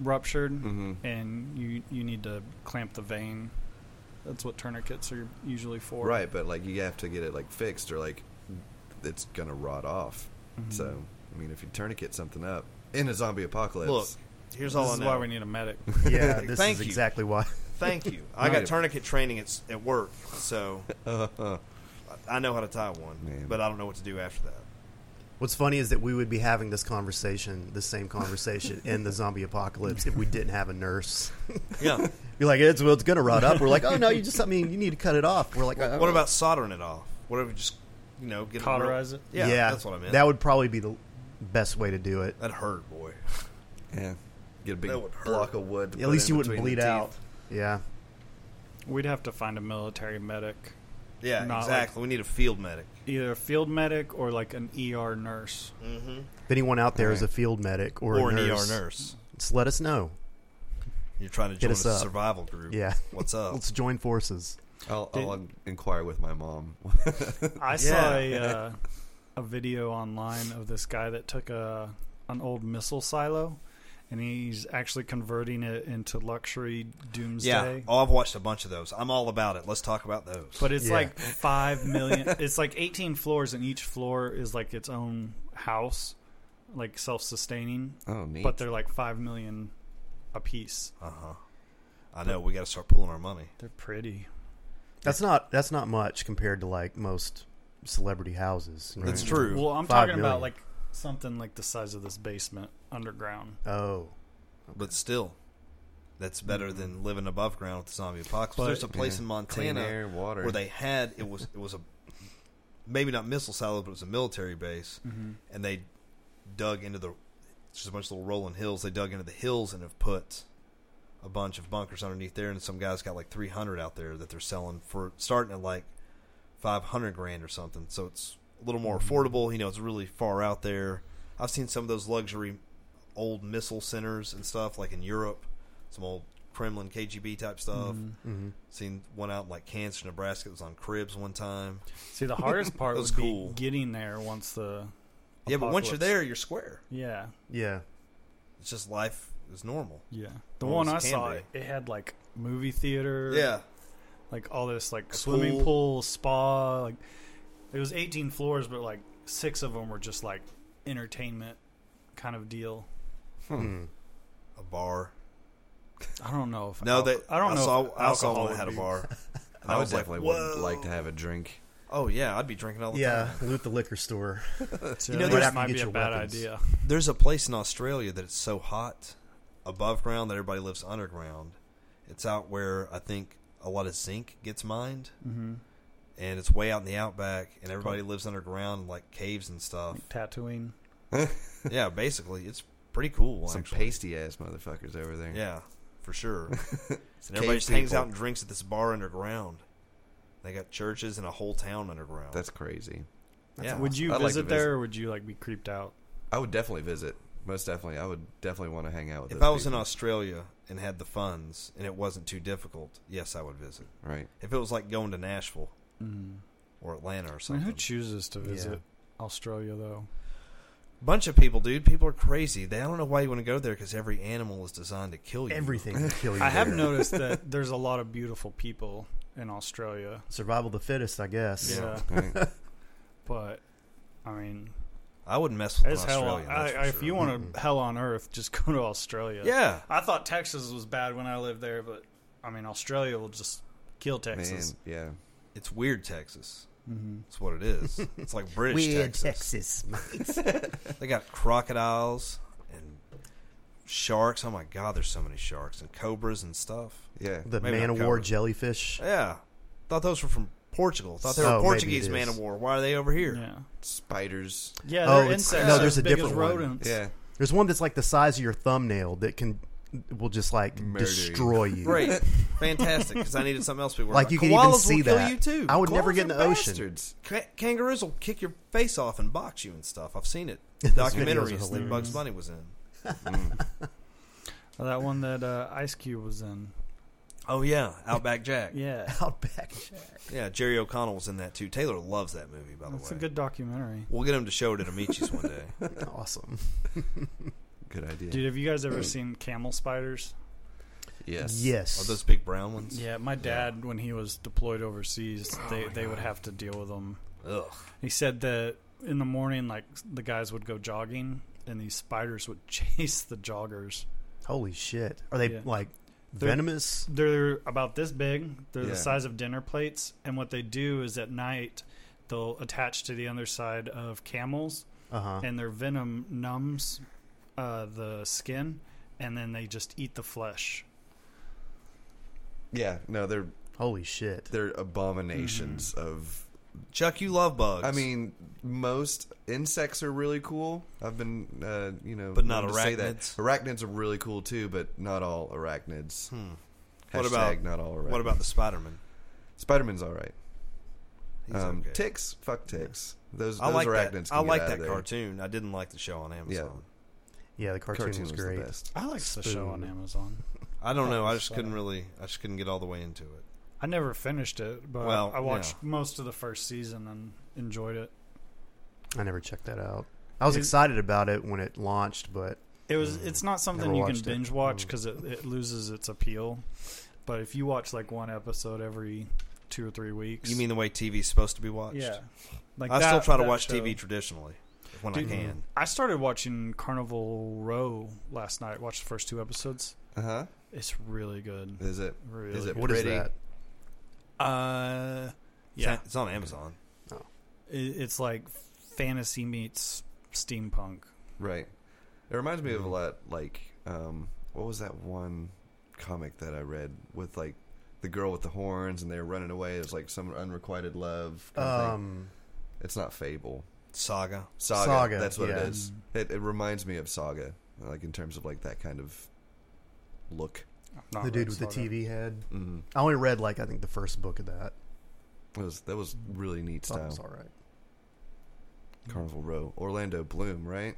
[SPEAKER 2] ruptured,
[SPEAKER 4] Mm-hmm.
[SPEAKER 3] Mhm.
[SPEAKER 2] and you you need to clamp the vein. That's what tourniquets are usually for.
[SPEAKER 3] Right, but like you have to get it like fixed or like it's gonna rot off.
[SPEAKER 4] Mm-hmm.
[SPEAKER 2] Mhm.
[SPEAKER 3] So I mean, if you tourniquet something up in a zombie apocalypse,
[SPEAKER 4] Look, here's all
[SPEAKER 2] This
[SPEAKER 4] I
[SPEAKER 2] is
[SPEAKER 4] know.
[SPEAKER 2] why we need a medic.
[SPEAKER 1] Yeah, this
[SPEAKER 4] Thank
[SPEAKER 1] is
[SPEAKER 4] you.
[SPEAKER 1] exactly why.
[SPEAKER 4] Thank you. I
[SPEAKER 3] Not
[SPEAKER 4] got
[SPEAKER 3] even-
[SPEAKER 4] tourniquet training at, at work, so I I know how to tie one,
[SPEAKER 3] Man.
[SPEAKER 4] but I don't know what to do after that.
[SPEAKER 1] What's funny is that we would be having this conversation, the same conversation in the zombie apocalypse if we didn't have a nurse.
[SPEAKER 4] Yeah.
[SPEAKER 1] You're like, it's well, it's gonna rot up. We're like, oh no, you just, I mean, you need to cut it off. We're like, "Uh,
[SPEAKER 4] what about soldering it off? What if we just, you know, get
[SPEAKER 2] Cauterize it?
[SPEAKER 4] Yeah, that's what I meant.
[SPEAKER 1] That would probably be the best way to do it.
[SPEAKER 4] That hurt, boy.
[SPEAKER 3] yeah, get a big
[SPEAKER 4] That would hurt.
[SPEAKER 3] block of wood. to
[SPEAKER 1] At
[SPEAKER 3] put
[SPEAKER 1] least
[SPEAKER 3] in
[SPEAKER 1] you wouldn't
[SPEAKER 3] between
[SPEAKER 1] bleed
[SPEAKER 3] the
[SPEAKER 1] out.
[SPEAKER 3] teeth.
[SPEAKER 1] Yeah,
[SPEAKER 2] We'd have to find a military medic,
[SPEAKER 4] Yeah,
[SPEAKER 2] Not
[SPEAKER 4] exactly. we need a field medic.
[SPEAKER 2] either a field medic or like an ER nurse.
[SPEAKER 4] Mm-hmm.
[SPEAKER 1] if anyone out there is
[SPEAKER 3] Alright.
[SPEAKER 1] a field medic or,
[SPEAKER 4] Or,
[SPEAKER 1] a
[SPEAKER 4] an ER
[SPEAKER 1] nurse,
[SPEAKER 4] nurse.
[SPEAKER 1] just let us know.
[SPEAKER 4] You're trying to
[SPEAKER 1] Hit
[SPEAKER 4] join a
[SPEAKER 1] us up.
[SPEAKER 4] survival group.
[SPEAKER 1] Yeah,
[SPEAKER 4] What's up?
[SPEAKER 1] let's join forces.
[SPEAKER 3] I'll,
[SPEAKER 2] Did-
[SPEAKER 3] I'll in- inquire with my mom.
[SPEAKER 2] I saw a,
[SPEAKER 4] Yeah.
[SPEAKER 2] uh, a video online of this guy that took a an old missile silo, and he's actually converting it into luxury
[SPEAKER 4] yeah.
[SPEAKER 2] doomsday.
[SPEAKER 4] Oh, I've watched a bunch of those. I'm all about it. Let's talk about those.
[SPEAKER 2] But it's
[SPEAKER 1] Yeah.
[SPEAKER 2] like five million. It's like eighteen floors, and each floor is like its own house, like self-sustaining.
[SPEAKER 3] oh, neat.
[SPEAKER 2] But they're like five million a piece.
[SPEAKER 4] uh huh. I know we got to start pooling our money.
[SPEAKER 2] They're pretty.
[SPEAKER 1] That's not that's not much compared to like most celebrity houses. you know?
[SPEAKER 4] That's true.
[SPEAKER 2] Well, I'm
[SPEAKER 1] Five
[SPEAKER 2] talking
[SPEAKER 1] million.
[SPEAKER 2] about like something like the size of this basement underground.
[SPEAKER 1] Oh,
[SPEAKER 4] But still, that's better than living above ground with the zombie apocalypse.
[SPEAKER 2] But-
[SPEAKER 4] There's a place
[SPEAKER 3] Mm-hmm. Yeah.
[SPEAKER 4] in
[SPEAKER 3] clean
[SPEAKER 4] Montana
[SPEAKER 3] air, water.
[SPEAKER 4] where they had it was it was a maybe not missile silo, but it was a military base,
[SPEAKER 2] Mm-hmm.
[SPEAKER 4] and they dug into the it's just a bunch of little rolling hills. They dug into the hills and have put a bunch of bunkers underneath there, and some guys got like 300 out there that they're selling for starting at like 500 grand or something. So it's a little more affordable. You know, it's really far out there. I've seen some of those luxury old missile centers and stuff like in Europe, some old Kremlin KGB type stuff.
[SPEAKER 2] Mm-hmm.
[SPEAKER 1] hmm
[SPEAKER 4] Seen one out in like Kansas, Nebraska. It was on cribs one time.
[SPEAKER 2] See, the hardest part
[SPEAKER 4] That
[SPEAKER 2] was
[SPEAKER 4] was cool.
[SPEAKER 2] be getting there once the
[SPEAKER 4] Yeah, but once you're
[SPEAKER 2] apocalypse-
[SPEAKER 4] there, you're square.
[SPEAKER 2] yeah,
[SPEAKER 1] yeah.
[SPEAKER 4] It's just life is normal.
[SPEAKER 2] yeah. The
[SPEAKER 4] Well,
[SPEAKER 2] one
[SPEAKER 4] it
[SPEAKER 2] I
[SPEAKER 4] can
[SPEAKER 2] saw,
[SPEAKER 4] be.
[SPEAKER 2] it, it had like movie theater,
[SPEAKER 4] Yeah,
[SPEAKER 2] like all this like
[SPEAKER 4] A
[SPEAKER 2] swimming
[SPEAKER 4] pool.
[SPEAKER 2] pool. spa. Like it was 18 floors, but like six of them were just like entertainment kind of deal.
[SPEAKER 1] Hmm.
[SPEAKER 4] a bar.
[SPEAKER 2] I don't know if
[SPEAKER 4] No,
[SPEAKER 2] alco-
[SPEAKER 4] they.
[SPEAKER 2] I don't know.
[SPEAKER 4] Saw,
[SPEAKER 2] if
[SPEAKER 4] I saw
[SPEAKER 2] alcohol
[SPEAKER 4] one that had a
[SPEAKER 2] be-
[SPEAKER 4] bar. And
[SPEAKER 3] I would
[SPEAKER 4] was like,
[SPEAKER 3] definitely would
[SPEAKER 4] "Whoa."
[SPEAKER 3] like to have a drink.
[SPEAKER 4] Oh yeah, I'd be drinking all the
[SPEAKER 1] Yeah,
[SPEAKER 4] time.
[SPEAKER 1] loot the liquor store.
[SPEAKER 2] So
[SPEAKER 4] You know,
[SPEAKER 2] that
[SPEAKER 1] there's-
[SPEAKER 2] might
[SPEAKER 1] You
[SPEAKER 2] be
[SPEAKER 1] get
[SPEAKER 2] a
[SPEAKER 1] your
[SPEAKER 2] bad
[SPEAKER 1] weapons.
[SPEAKER 2] idea.
[SPEAKER 4] There's a place in Australia that it's so hot above ground that everybody lives underground. It's out where I think a lot of zinc gets mined,
[SPEAKER 2] Mm-hmm.
[SPEAKER 4] and it's way out in the outback, and everybody lives underground in, like caves and stuff.
[SPEAKER 2] Like tattooing.
[SPEAKER 4] yeah, basically, it's pretty cool.
[SPEAKER 3] Some
[SPEAKER 4] actually.
[SPEAKER 3] pasty ass motherfuckers over there.
[SPEAKER 4] Yeah, for sure.
[SPEAKER 3] It's
[SPEAKER 4] And everybody
[SPEAKER 3] cave
[SPEAKER 4] just hangs
[SPEAKER 3] people.
[SPEAKER 4] out and drinks at this bar underground. They got churches and a whole town underground.
[SPEAKER 3] That's crazy.
[SPEAKER 4] yeah.
[SPEAKER 2] Would you
[SPEAKER 3] I'd like
[SPEAKER 2] visit
[SPEAKER 3] to
[SPEAKER 2] there,
[SPEAKER 3] visit.
[SPEAKER 2] or would you like be creeped out?
[SPEAKER 3] I would definitely visit. Most definitely, I would definitely want to hang out with.
[SPEAKER 4] if
[SPEAKER 3] those
[SPEAKER 4] I was in
[SPEAKER 3] people.
[SPEAKER 4] Australia and had the funds and it wasn't too difficult, yes, I would visit.
[SPEAKER 3] right?
[SPEAKER 4] If it was like going to Nashville
[SPEAKER 2] Mm.
[SPEAKER 4] or
[SPEAKER 2] I
[SPEAKER 4] Atlanta or
[SPEAKER 2] mean, who
[SPEAKER 4] something,
[SPEAKER 2] chooses to
[SPEAKER 1] Yeah.
[SPEAKER 2] visit Australia though?
[SPEAKER 4] bunch of people, dude, people are crazy. They I don't know why you want to go there because every animal is designed to kill you.
[SPEAKER 1] Everything will kill you.
[SPEAKER 2] I have
[SPEAKER 1] there.
[SPEAKER 2] noticed that there's a lot of beautiful people in Australia.
[SPEAKER 1] survival of the fittest, I guess.
[SPEAKER 2] Yeah.
[SPEAKER 3] uh, Right.
[SPEAKER 2] But I mean,
[SPEAKER 4] I wouldn't mess with
[SPEAKER 2] as
[SPEAKER 4] an
[SPEAKER 2] hell.
[SPEAKER 4] Australian.
[SPEAKER 2] I,
[SPEAKER 4] that's for
[SPEAKER 2] I, if
[SPEAKER 4] sure.
[SPEAKER 2] you want
[SPEAKER 1] Mhm.
[SPEAKER 2] to hell on earth, just go to Australia.
[SPEAKER 4] yeah,
[SPEAKER 2] I thought Texas was bad when I lived there, but I mean, Australia will just kill Texas.
[SPEAKER 3] Man, yeah.
[SPEAKER 4] it's weird Texas.
[SPEAKER 2] Mm-hmm.
[SPEAKER 4] That's what it is. It's like British Texas. They got crocodiles and sharks. Oh my god, there's so many sharks and cobras and stuff.
[SPEAKER 3] Yeah.
[SPEAKER 1] the
[SPEAKER 4] Maybe
[SPEAKER 1] man
[SPEAKER 4] not
[SPEAKER 1] of war
[SPEAKER 4] covered.
[SPEAKER 1] jellyfish.
[SPEAKER 4] Yeah. Thought those were from Portugal. Thought they were
[SPEAKER 1] Oh, maybe it
[SPEAKER 4] Portuguese
[SPEAKER 1] is.
[SPEAKER 4] man of war. Why are they over here?
[SPEAKER 2] Yeah.
[SPEAKER 3] Spiders.
[SPEAKER 2] Yeah.
[SPEAKER 1] Oh,
[SPEAKER 2] They're
[SPEAKER 1] it's-
[SPEAKER 2] insects.
[SPEAKER 1] no,
[SPEAKER 2] They're
[SPEAKER 1] there's a
[SPEAKER 2] big as
[SPEAKER 1] different one.
[SPEAKER 2] rodents.
[SPEAKER 3] Yeah.
[SPEAKER 1] There's one that's like the size of your thumbnail that can will just like
[SPEAKER 3] Murder you.
[SPEAKER 1] destroy you.
[SPEAKER 4] Great. Fantastic. Because I needed something else to be worried
[SPEAKER 1] Like
[SPEAKER 4] about.
[SPEAKER 1] you can
[SPEAKER 4] Koalas
[SPEAKER 1] even
[SPEAKER 4] will
[SPEAKER 1] see
[SPEAKER 4] kill
[SPEAKER 1] that.
[SPEAKER 4] you too.
[SPEAKER 1] I would never
[SPEAKER 3] Koalas
[SPEAKER 1] get in
[SPEAKER 3] are
[SPEAKER 1] the ocean.
[SPEAKER 3] bastards.
[SPEAKER 4] Ca- kangaroos will kick your face off and box you and stuff. I've seen it.
[SPEAKER 1] Those videos are
[SPEAKER 4] Documentaries that
[SPEAKER 1] hilarious.
[SPEAKER 4] Bugs Bunny was in.
[SPEAKER 3] Mm.
[SPEAKER 2] Oh, That one that uh, Ice Cube was in.
[SPEAKER 4] Oh yeah, Outback Jack. yeah.
[SPEAKER 2] Yeah.
[SPEAKER 1] Outback Jack.
[SPEAKER 4] Jerry O'Connell was in that too. Taylor loves that movie, by the
[SPEAKER 2] That's a
[SPEAKER 4] way.
[SPEAKER 2] good documentary.
[SPEAKER 4] We'll get him to show it at Amici's one day.
[SPEAKER 1] Awesome.
[SPEAKER 3] Good idea.
[SPEAKER 2] Dude, have you guys ever seen camel spiders?
[SPEAKER 3] yes.
[SPEAKER 1] Yes.
[SPEAKER 4] Are those big brown ones?
[SPEAKER 2] Yeah, my dad, when he was deployed overseas, they, they would have to deal with them.
[SPEAKER 4] Ugh.
[SPEAKER 2] He said that in the morning, like the guys would go jogging, and these spiders would chase the joggers.
[SPEAKER 1] Holy shit. Are they
[SPEAKER 2] Yeah.
[SPEAKER 1] like
[SPEAKER 2] They're-
[SPEAKER 1] venomous?
[SPEAKER 2] They're about this big. They're
[SPEAKER 3] Yeah.
[SPEAKER 2] the size of dinner plates, and what they do is at night they'll attach to the underside of camels,
[SPEAKER 1] Uh huh.
[SPEAKER 2] and their venom numbs uh, the skin, and then they just eat the flesh.
[SPEAKER 3] Yeah. No, they're
[SPEAKER 1] Holy shit.
[SPEAKER 3] they're abominations
[SPEAKER 4] Mm.
[SPEAKER 3] of.
[SPEAKER 4] Chuck, you love bugs.
[SPEAKER 3] I mean, most insects are really cool. I've been, uh, you know,
[SPEAKER 4] But not
[SPEAKER 3] known to say that.
[SPEAKER 4] arachnids?
[SPEAKER 3] Arachnids are really cool too, but not all arachnids.
[SPEAKER 4] Hmm.
[SPEAKER 3] Hashtag
[SPEAKER 4] What about-
[SPEAKER 3] not all arachnids?
[SPEAKER 4] what about the Spiderman?
[SPEAKER 3] Spider-Man's all right.
[SPEAKER 4] He's
[SPEAKER 3] Um,
[SPEAKER 4] okay.
[SPEAKER 3] Ticks, fuck ticks. Those,
[SPEAKER 4] I
[SPEAKER 3] those
[SPEAKER 4] like
[SPEAKER 3] arachnids.
[SPEAKER 4] that.
[SPEAKER 3] can
[SPEAKER 4] I
[SPEAKER 3] get
[SPEAKER 4] like
[SPEAKER 3] out of
[SPEAKER 4] that
[SPEAKER 3] there.
[SPEAKER 4] cartoon. I didn't like the show on Amazon.
[SPEAKER 1] Yeah, the cartoon,
[SPEAKER 3] Cartoon
[SPEAKER 1] was
[SPEAKER 3] was the
[SPEAKER 1] great.
[SPEAKER 3] best.
[SPEAKER 2] I like the show on
[SPEAKER 1] Spoon.
[SPEAKER 2] Amazon.
[SPEAKER 4] I don't
[SPEAKER 2] That
[SPEAKER 4] know. I
[SPEAKER 2] was
[SPEAKER 4] just couldn't
[SPEAKER 2] fun.
[SPEAKER 4] really. I just couldn't get all the way into it.
[SPEAKER 2] I never finished it, but
[SPEAKER 4] Well,
[SPEAKER 2] I watched
[SPEAKER 4] yeah.
[SPEAKER 2] most of the first season and enjoyed it.
[SPEAKER 1] I never checked that out. I was
[SPEAKER 2] It-
[SPEAKER 1] excited about it when it launched, but
[SPEAKER 2] It was.
[SPEAKER 4] Mm.
[SPEAKER 2] It's not something
[SPEAKER 1] Never
[SPEAKER 2] you can
[SPEAKER 1] watched it.
[SPEAKER 2] binge watch
[SPEAKER 1] Mm.
[SPEAKER 2] because it, it loses its appeal. But if you watch like one episode every two or three weeks,
[SPEAKER 4] You mean the way TV's supposed to be watched?
[SPEAKER 2] yeah? Like
[SPEAKER 4] I
[SPEAKER 2] that-
[SPEAKER 4] still try to
[SPEAKER 2] that
[SPEAKER 4] watch
[SPEAKER 2] show.
[SPEAKER 4] TV traditionally when
[SPEAKER 2] Dude,
[SPEAKER 4] I can.
[SPEAKER 2] I started watching Carnival Row last night. Watched the first two episodes.
[SPEAKER 3] Uh huh.
[SPEAKER 2] It's really good.
[SPEAKER 3] Is it?
[SPEAKER 2] Really.
[SPEAKER 3] Is it
[SPEAKER 2] good.
[SPEAKER 1] what is
[SPEAKER 3] pretty?
[SPEAKER 1] that?
[SPEAKER 2] Uh,
[SPEAKER 4] It's
[SPEAKER 2] yeah.
[SPEAKER 4] on- it's on Amazon.
[SPEAKER 2] It, it's like fantasy meets steampunk.
[SPEAKER 3] Right. It reminds me of a lot like um, what was that one comic that I read with like the girl with the horns and they're running away. It was like some unrequited love. Kind of thing.
[SPEAKER 1] Um,
[SPEAKER 3] It's not Fable.
[SPEAKER 4] Saga.
[SPEAKER 3] Saga.
[SPEAKER 1] Saga,
[SPEAKER 3] that's what
[SPEAKER 1] yeah.
[SPEAKER 3] it is. It, it reminds me of Saga, like in terms of like that kind of look.
[SPEAKER 2] I've not
[SPEAKER 1] the dude
[SPEAKER 2] read
[SPEAKER 1] with the
[SPEAKER 2] Saga.
[SPEAKER 1] TV head.
[SPEAKER 3] Mm.
[SPEAKER 1] I only read like I think the first book of that.
[SPEAKER 3] It was that was really neat
[SPEAKER 1] Thought it
[SPEAKER 3] style.
[SPEAKER 1] was all right.
[SPEAKER 3] Carnival Row. Orlando Bloom, right?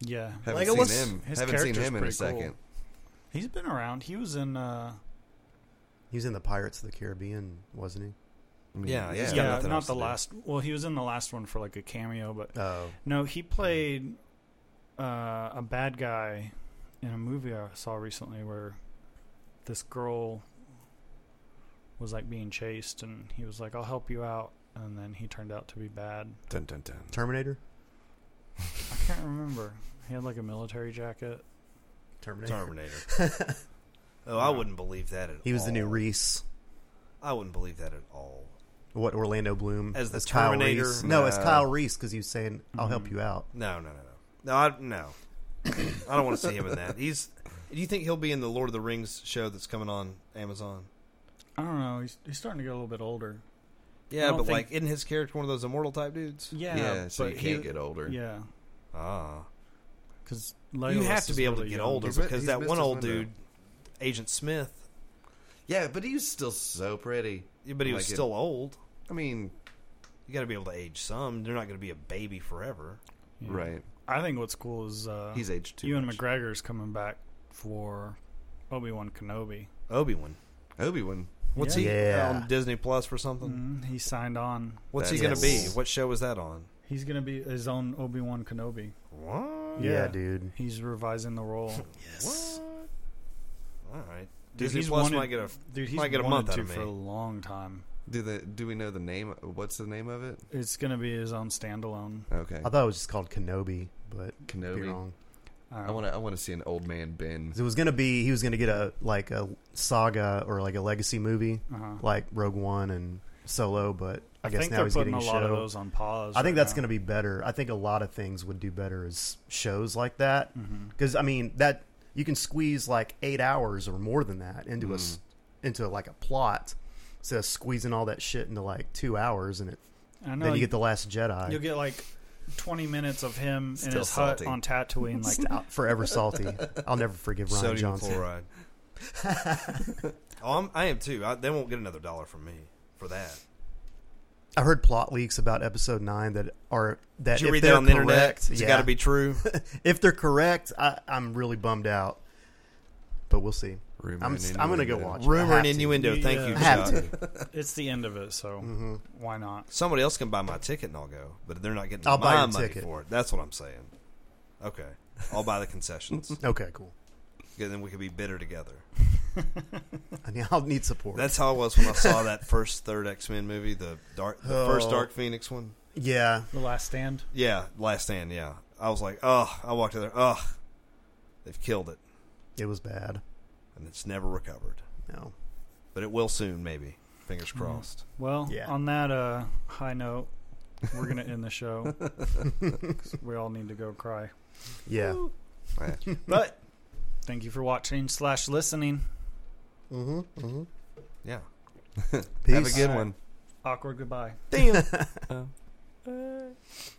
[SPEAKER 2] Yeah,
[SPEAKER 3] Haven't
[SPEAKER 2] Legolas,
[SPEAKER 3] seen him.
[SPEAKER 2] his
[SPEAKER 3] Haven't seen
[SPEAKER 2] character's
[SPEAKER 3] him in a
[SPEAKER 2] pretty cool.
[SPEAKER 3] second.
[SPEAKER 2] He's been around. He was in. uh
[SPEAKER 1] He was in the Pirates of the Caribbean, wasn't
[SPEAKER 3] I mean,
[SPEAKER 4] Yeah, he's
[SPEAKER 2] Yeah,
[SPEAKER 4] got nothing
[SPEAKER 2] not
[SPEAKER 4] else
[SPEAKER 2] the
[SPEAKER 4] to do.
[SPEAKER 2] last. Well, he was in the last one for like a cameo, but
[SPEAKER 1] he? Oh,
[SPEAKER 2] no, he played uh, a bad guy in a movie I saw recently where this girl was like being chased, and he was like, "I'll help you out," and then he turned out to be bad.
[SPEAKER 3] Dun, dun, dun.
[SPEAKER 1] Terminator.
[SPEAKER 2] I can't remember. He had like a military jacket.
[SPEAKER 1] Terminator.
[SPEAKER 4] Terminator. oh, I wouldn't believe that at all.
[SPEAKER 1] He was the new Reese.
[SPEAKER 4] I wouldn't believe that at all.
[SPEAKER 1] What Orlando Bloom
[SPEAKER 4] As the
[SPEAKER 1] Kyle
[SPEAKER 4] Terminator?
[SPEAKER 1] Reese. No, as
[SPEAKER 3] No.
[SPEAKER 1] Kyle Reese because he was saying, "I'll help
[SPEAKER 2] Mhm.
[SPEAKER 1] you out."
[SPEAKER 4] No, no, no, no. No, I, no. I don't want to see him in that. He's. Do you think he'll be in the Lord of the Rings show that's coming on Amazon?
[SPEAKER 2] I don't know. He's, he's starting to get a little bit older. I
[SPEAKER 4] Yeah,
[SPEAKER 2] don't
[SPEAKER 4] but
[SPEAKER 2] think-
[SPEAKER 4] like, isn't his character one of those immortal type dudes?
[SPEAKER 2] Yeah,
[SPEAKER 3] Yeah, so
[SPEAKER 2] but
[SPEAKER 3] you can't
[SPEAKER 2] he,
[SPEAKER 3] get older.
[SPEAKER 2] Yeah,
[SPEAKER 4] Ah,
[SPEAKER 2] because
[SPEAKER 4] you have to be able to get older
[SPEAKER 3] He's mi-
[SPEAKER 4] because
[SPEAKER 3] he's
[SPEAKER 4] that
[SPEAKER 3] missed
[SPEAKER 4] one
[SPEAKER 3] his
[SPEAKER 4] old
[SPEAKER 3] window.
[SPEAKER 4] dude, Agent Smith,
[SPEAKER 3] Yeah, but he's still so pretty.
[SPEAKER 4] yeah, but he was
[SPEAKER 3] Like it-
[SPEAKER 4] still old.
[SPEAKER 3] I mean,
[SPEAKER 4] You got to be able to age some. They're not going to be a baby forever.
[SPEAKER 2] Yeah.
[SPEAKER 3] right?
[SPEAKER 2] I think what's cool is uh,
[SPEAKER 3] He's aged too.
[SPEAKER 2] Ewan
[SPEAKER 3] much.
[SPEAKER 2] McGregor's coming back for Obi Wan Kenobi.
[SPEAKER 4] Obi Wan.
[SPEAKER 3] Obi Wan.
[SPEAKER 4] What's he
[SPEAKER 1] Yeah.
[SPEAKER 4] on Disney Plus for something?
[SPEAKER 2] Mhm, He signed on.
[SPEAKER 4] What's he
[SPEAKER 3] That
[SPEAKER 4] going to be?
[SPEAKER 3] is-
[SPEAKER 4] What show is that on?
[SPEAKER 2] He's gonna be his own Obi Wan Kenobi.
[SPEAKER 4] What?
[SPEAKER 1] Yeah,
[SPEAKER 2] Yeah.
[SPEAKER 1] dude.
[SPEAKER 2] He's revising the role.
[SPEAKER 1] Yes.
[SPEAKER 4] All right.
[SPEAKER 2] Dude,
[SPEAKER 4] Disney
[SPEAKER 2] he's
[SPEAKER 4] Plus
[SPEAKER 2] wanted-
[SPEAKER 4] might get a.
[SPEAKER 2] Dude, he's
[SPEAKER 4] Might get a
[SPEAKER 2] wanted
[SPEAKER 4] month out
[SPEAKER 2] to
[SPEAKER 4] of me.
[SPEAKER 2] for a long time.
[SPEAKER 3] Do the do we know the name? What's the name of it?
[SPEAKER 2] It's gonna be his own standalone.
[SPEAKER 3] Okay,
[SPEAKER 1] I thought it was just called Kenobi, but could be
[SPEAKER 3] Kenobi.
[SPEAKER 1] wrong.
[SPEAKER 2] Uh,
[SPEAKER 3] I want to. I want to see an old man Ben.
[SPEAKER 1] 'Cause It was gonna be he was gonna get a like a saga or like a legacy movie,
[SPEAKER 2] Uh-huh.
[SPEAKER 1] like Rogue One and Solo, but I,
[SPEAKER 2] I
[SPEAKER 1] guess
[SPEAKER 2] think
[SPEAKER 1] now
[SPEAKER 2] they're
[SPEAKER 1] he's
[SPEAKER 2] putting
[SPEAKER 1] getting a,
[SPEAKER 2] a lot
[SPEAKER 1] show.
[SPEAKER 2] of those on pause.
[SPEAKER 1] I think that's going to be better. I think a lot of things would do better as shows like that
[SPEAKER 2] hmm
[SPEAKER 1] because I mean that you can squeeze like eight hours or more than that into a s
[SPEAKER 3] Mm.
[SPEAKER 1] into like a plot instead of squeezing all that shit into like two hours and it,
[SPEAKER 2] I know.
[SPEAKER 1] then you get the Last
[SPEAKER 2] you'll
[SPEAKER 1] Jedi
[SPEAKER 2] get like twenty minutes of him in
[SPEAKER 3] Still
[SPEAKER 2] his
[SPEAKER 3] salty.
[SPEAKER 2] hut on Tatooine. Like,
[SPEAKER 1] Out- forever salty. I'll never forgive Ryan
[SPEAKER 4] Sodium
[SPEAKER 1] Johnson.
[SPEAKER 4] fluoride. oh, I'm, I am too. I, they won't get another dollar from me for that.
[SPEAKER 1] I've heard plot leaks about Episode Nine that are that
[SPEAKER 4] Did you
[SPEAKER 1] Uh, if
[SPEAKER 4] read
[SPEAKER 1] they're
[SPEAKER 4] that on the internet?
[SPEAKER 1] correct,
[SPEAKER 4] It's
[SPEAKER 1] yeah,
[SPEAKER 4] got to be true.
[SPEAKER 1] if they're correct, I, I'm really bummed out. But we'll see.
[SPEAKER 3] Rumor
[SPEAKER 1] I'm
[SPEAKER 3] and
[SPEAKER 1] st- I'm gonna go
[SPEAKER 3] innuendo.
[SPEAKER 1] watch. it. I
[SPEAKER 4] Rumor
[SPEAKER 1] have
[SPEAKER 4] and
[SPEAKER 1] to.
[SPEAKER 4] innuendo. Thank
[SPEAKER 2] Yeah.
[SPEAKER 4] you,
[SPEAKER 1] I have
[SPEAKER 4] Chuck.
[SPEAKER 1] to.
[SPEAKER 2] It's the end of it, so
[SPEAKER 1] Mhm.
[SPEAKER 2] why not?
[SPEAKER 4] Somebody else can buy my ticket and I'll go, but they're not getting
[SPEAKER 1] I'll buy
[SPEAKER 4] my
[SPEAKER 1] your
[SPEAKER 4] money
[SPEAKER 1] ticket.
[SPEAKER 4] for it. That's what I'm saying. Okay, I'll buy the concessions.
[SPEAKER 1] Okay, cool.
[SPEAKER 4] Okay, then we could be bitter together.
[SPEAKER 1] I mean, I'll need support.
[SPEAKER 4] That's how I was when I saw that first third X Men movie, the dark, the first
[SPEAKER 1] Oh.
[SPEAKER 4] Dark Phoenix one.
[SPEAKER 1] yeah.
[SPEAKER 2] The Last Stand.
[SPEAKER 4] Yeah, Last Stand. Yeah, I was like, oh, I walked out there, oh, they've killed it,
[SPEAKER 1] It was bad.
[SPEAKER 4] and it's never recovered.
[SPEAKER 1] No.
[SPEAKER 4] But it will soon, maybe. Fingers
[SPEAKER 1] Mm-hmm.
[SPEAKER 4] crossed.
[SPEAKER 2] Well,
[SPEAKER 1] Yeah.
[SPEAKER 2] on that uh, high note, we're gonna end the show. 'Cause we all need to go cry.
[SPEAKER 1] Yeah.
[SPEAKER 4] Right. but
[SPEAKER 2] Thank you for watching slash listening.
[SPEAKER 1] Mm-hmm. Mm-hmm.
[SPEAKER 4] yeah,
[SPEAKER 1] Peace.
[SPEAKER 3] Have a good
[SPEAKER 2] Alright.
[SPEAKER 3] one.
[SPEAKER 2] Awkward goodbye.
[SPEAKER 3] Uh,
[SPEAKER 4] damn. Oh.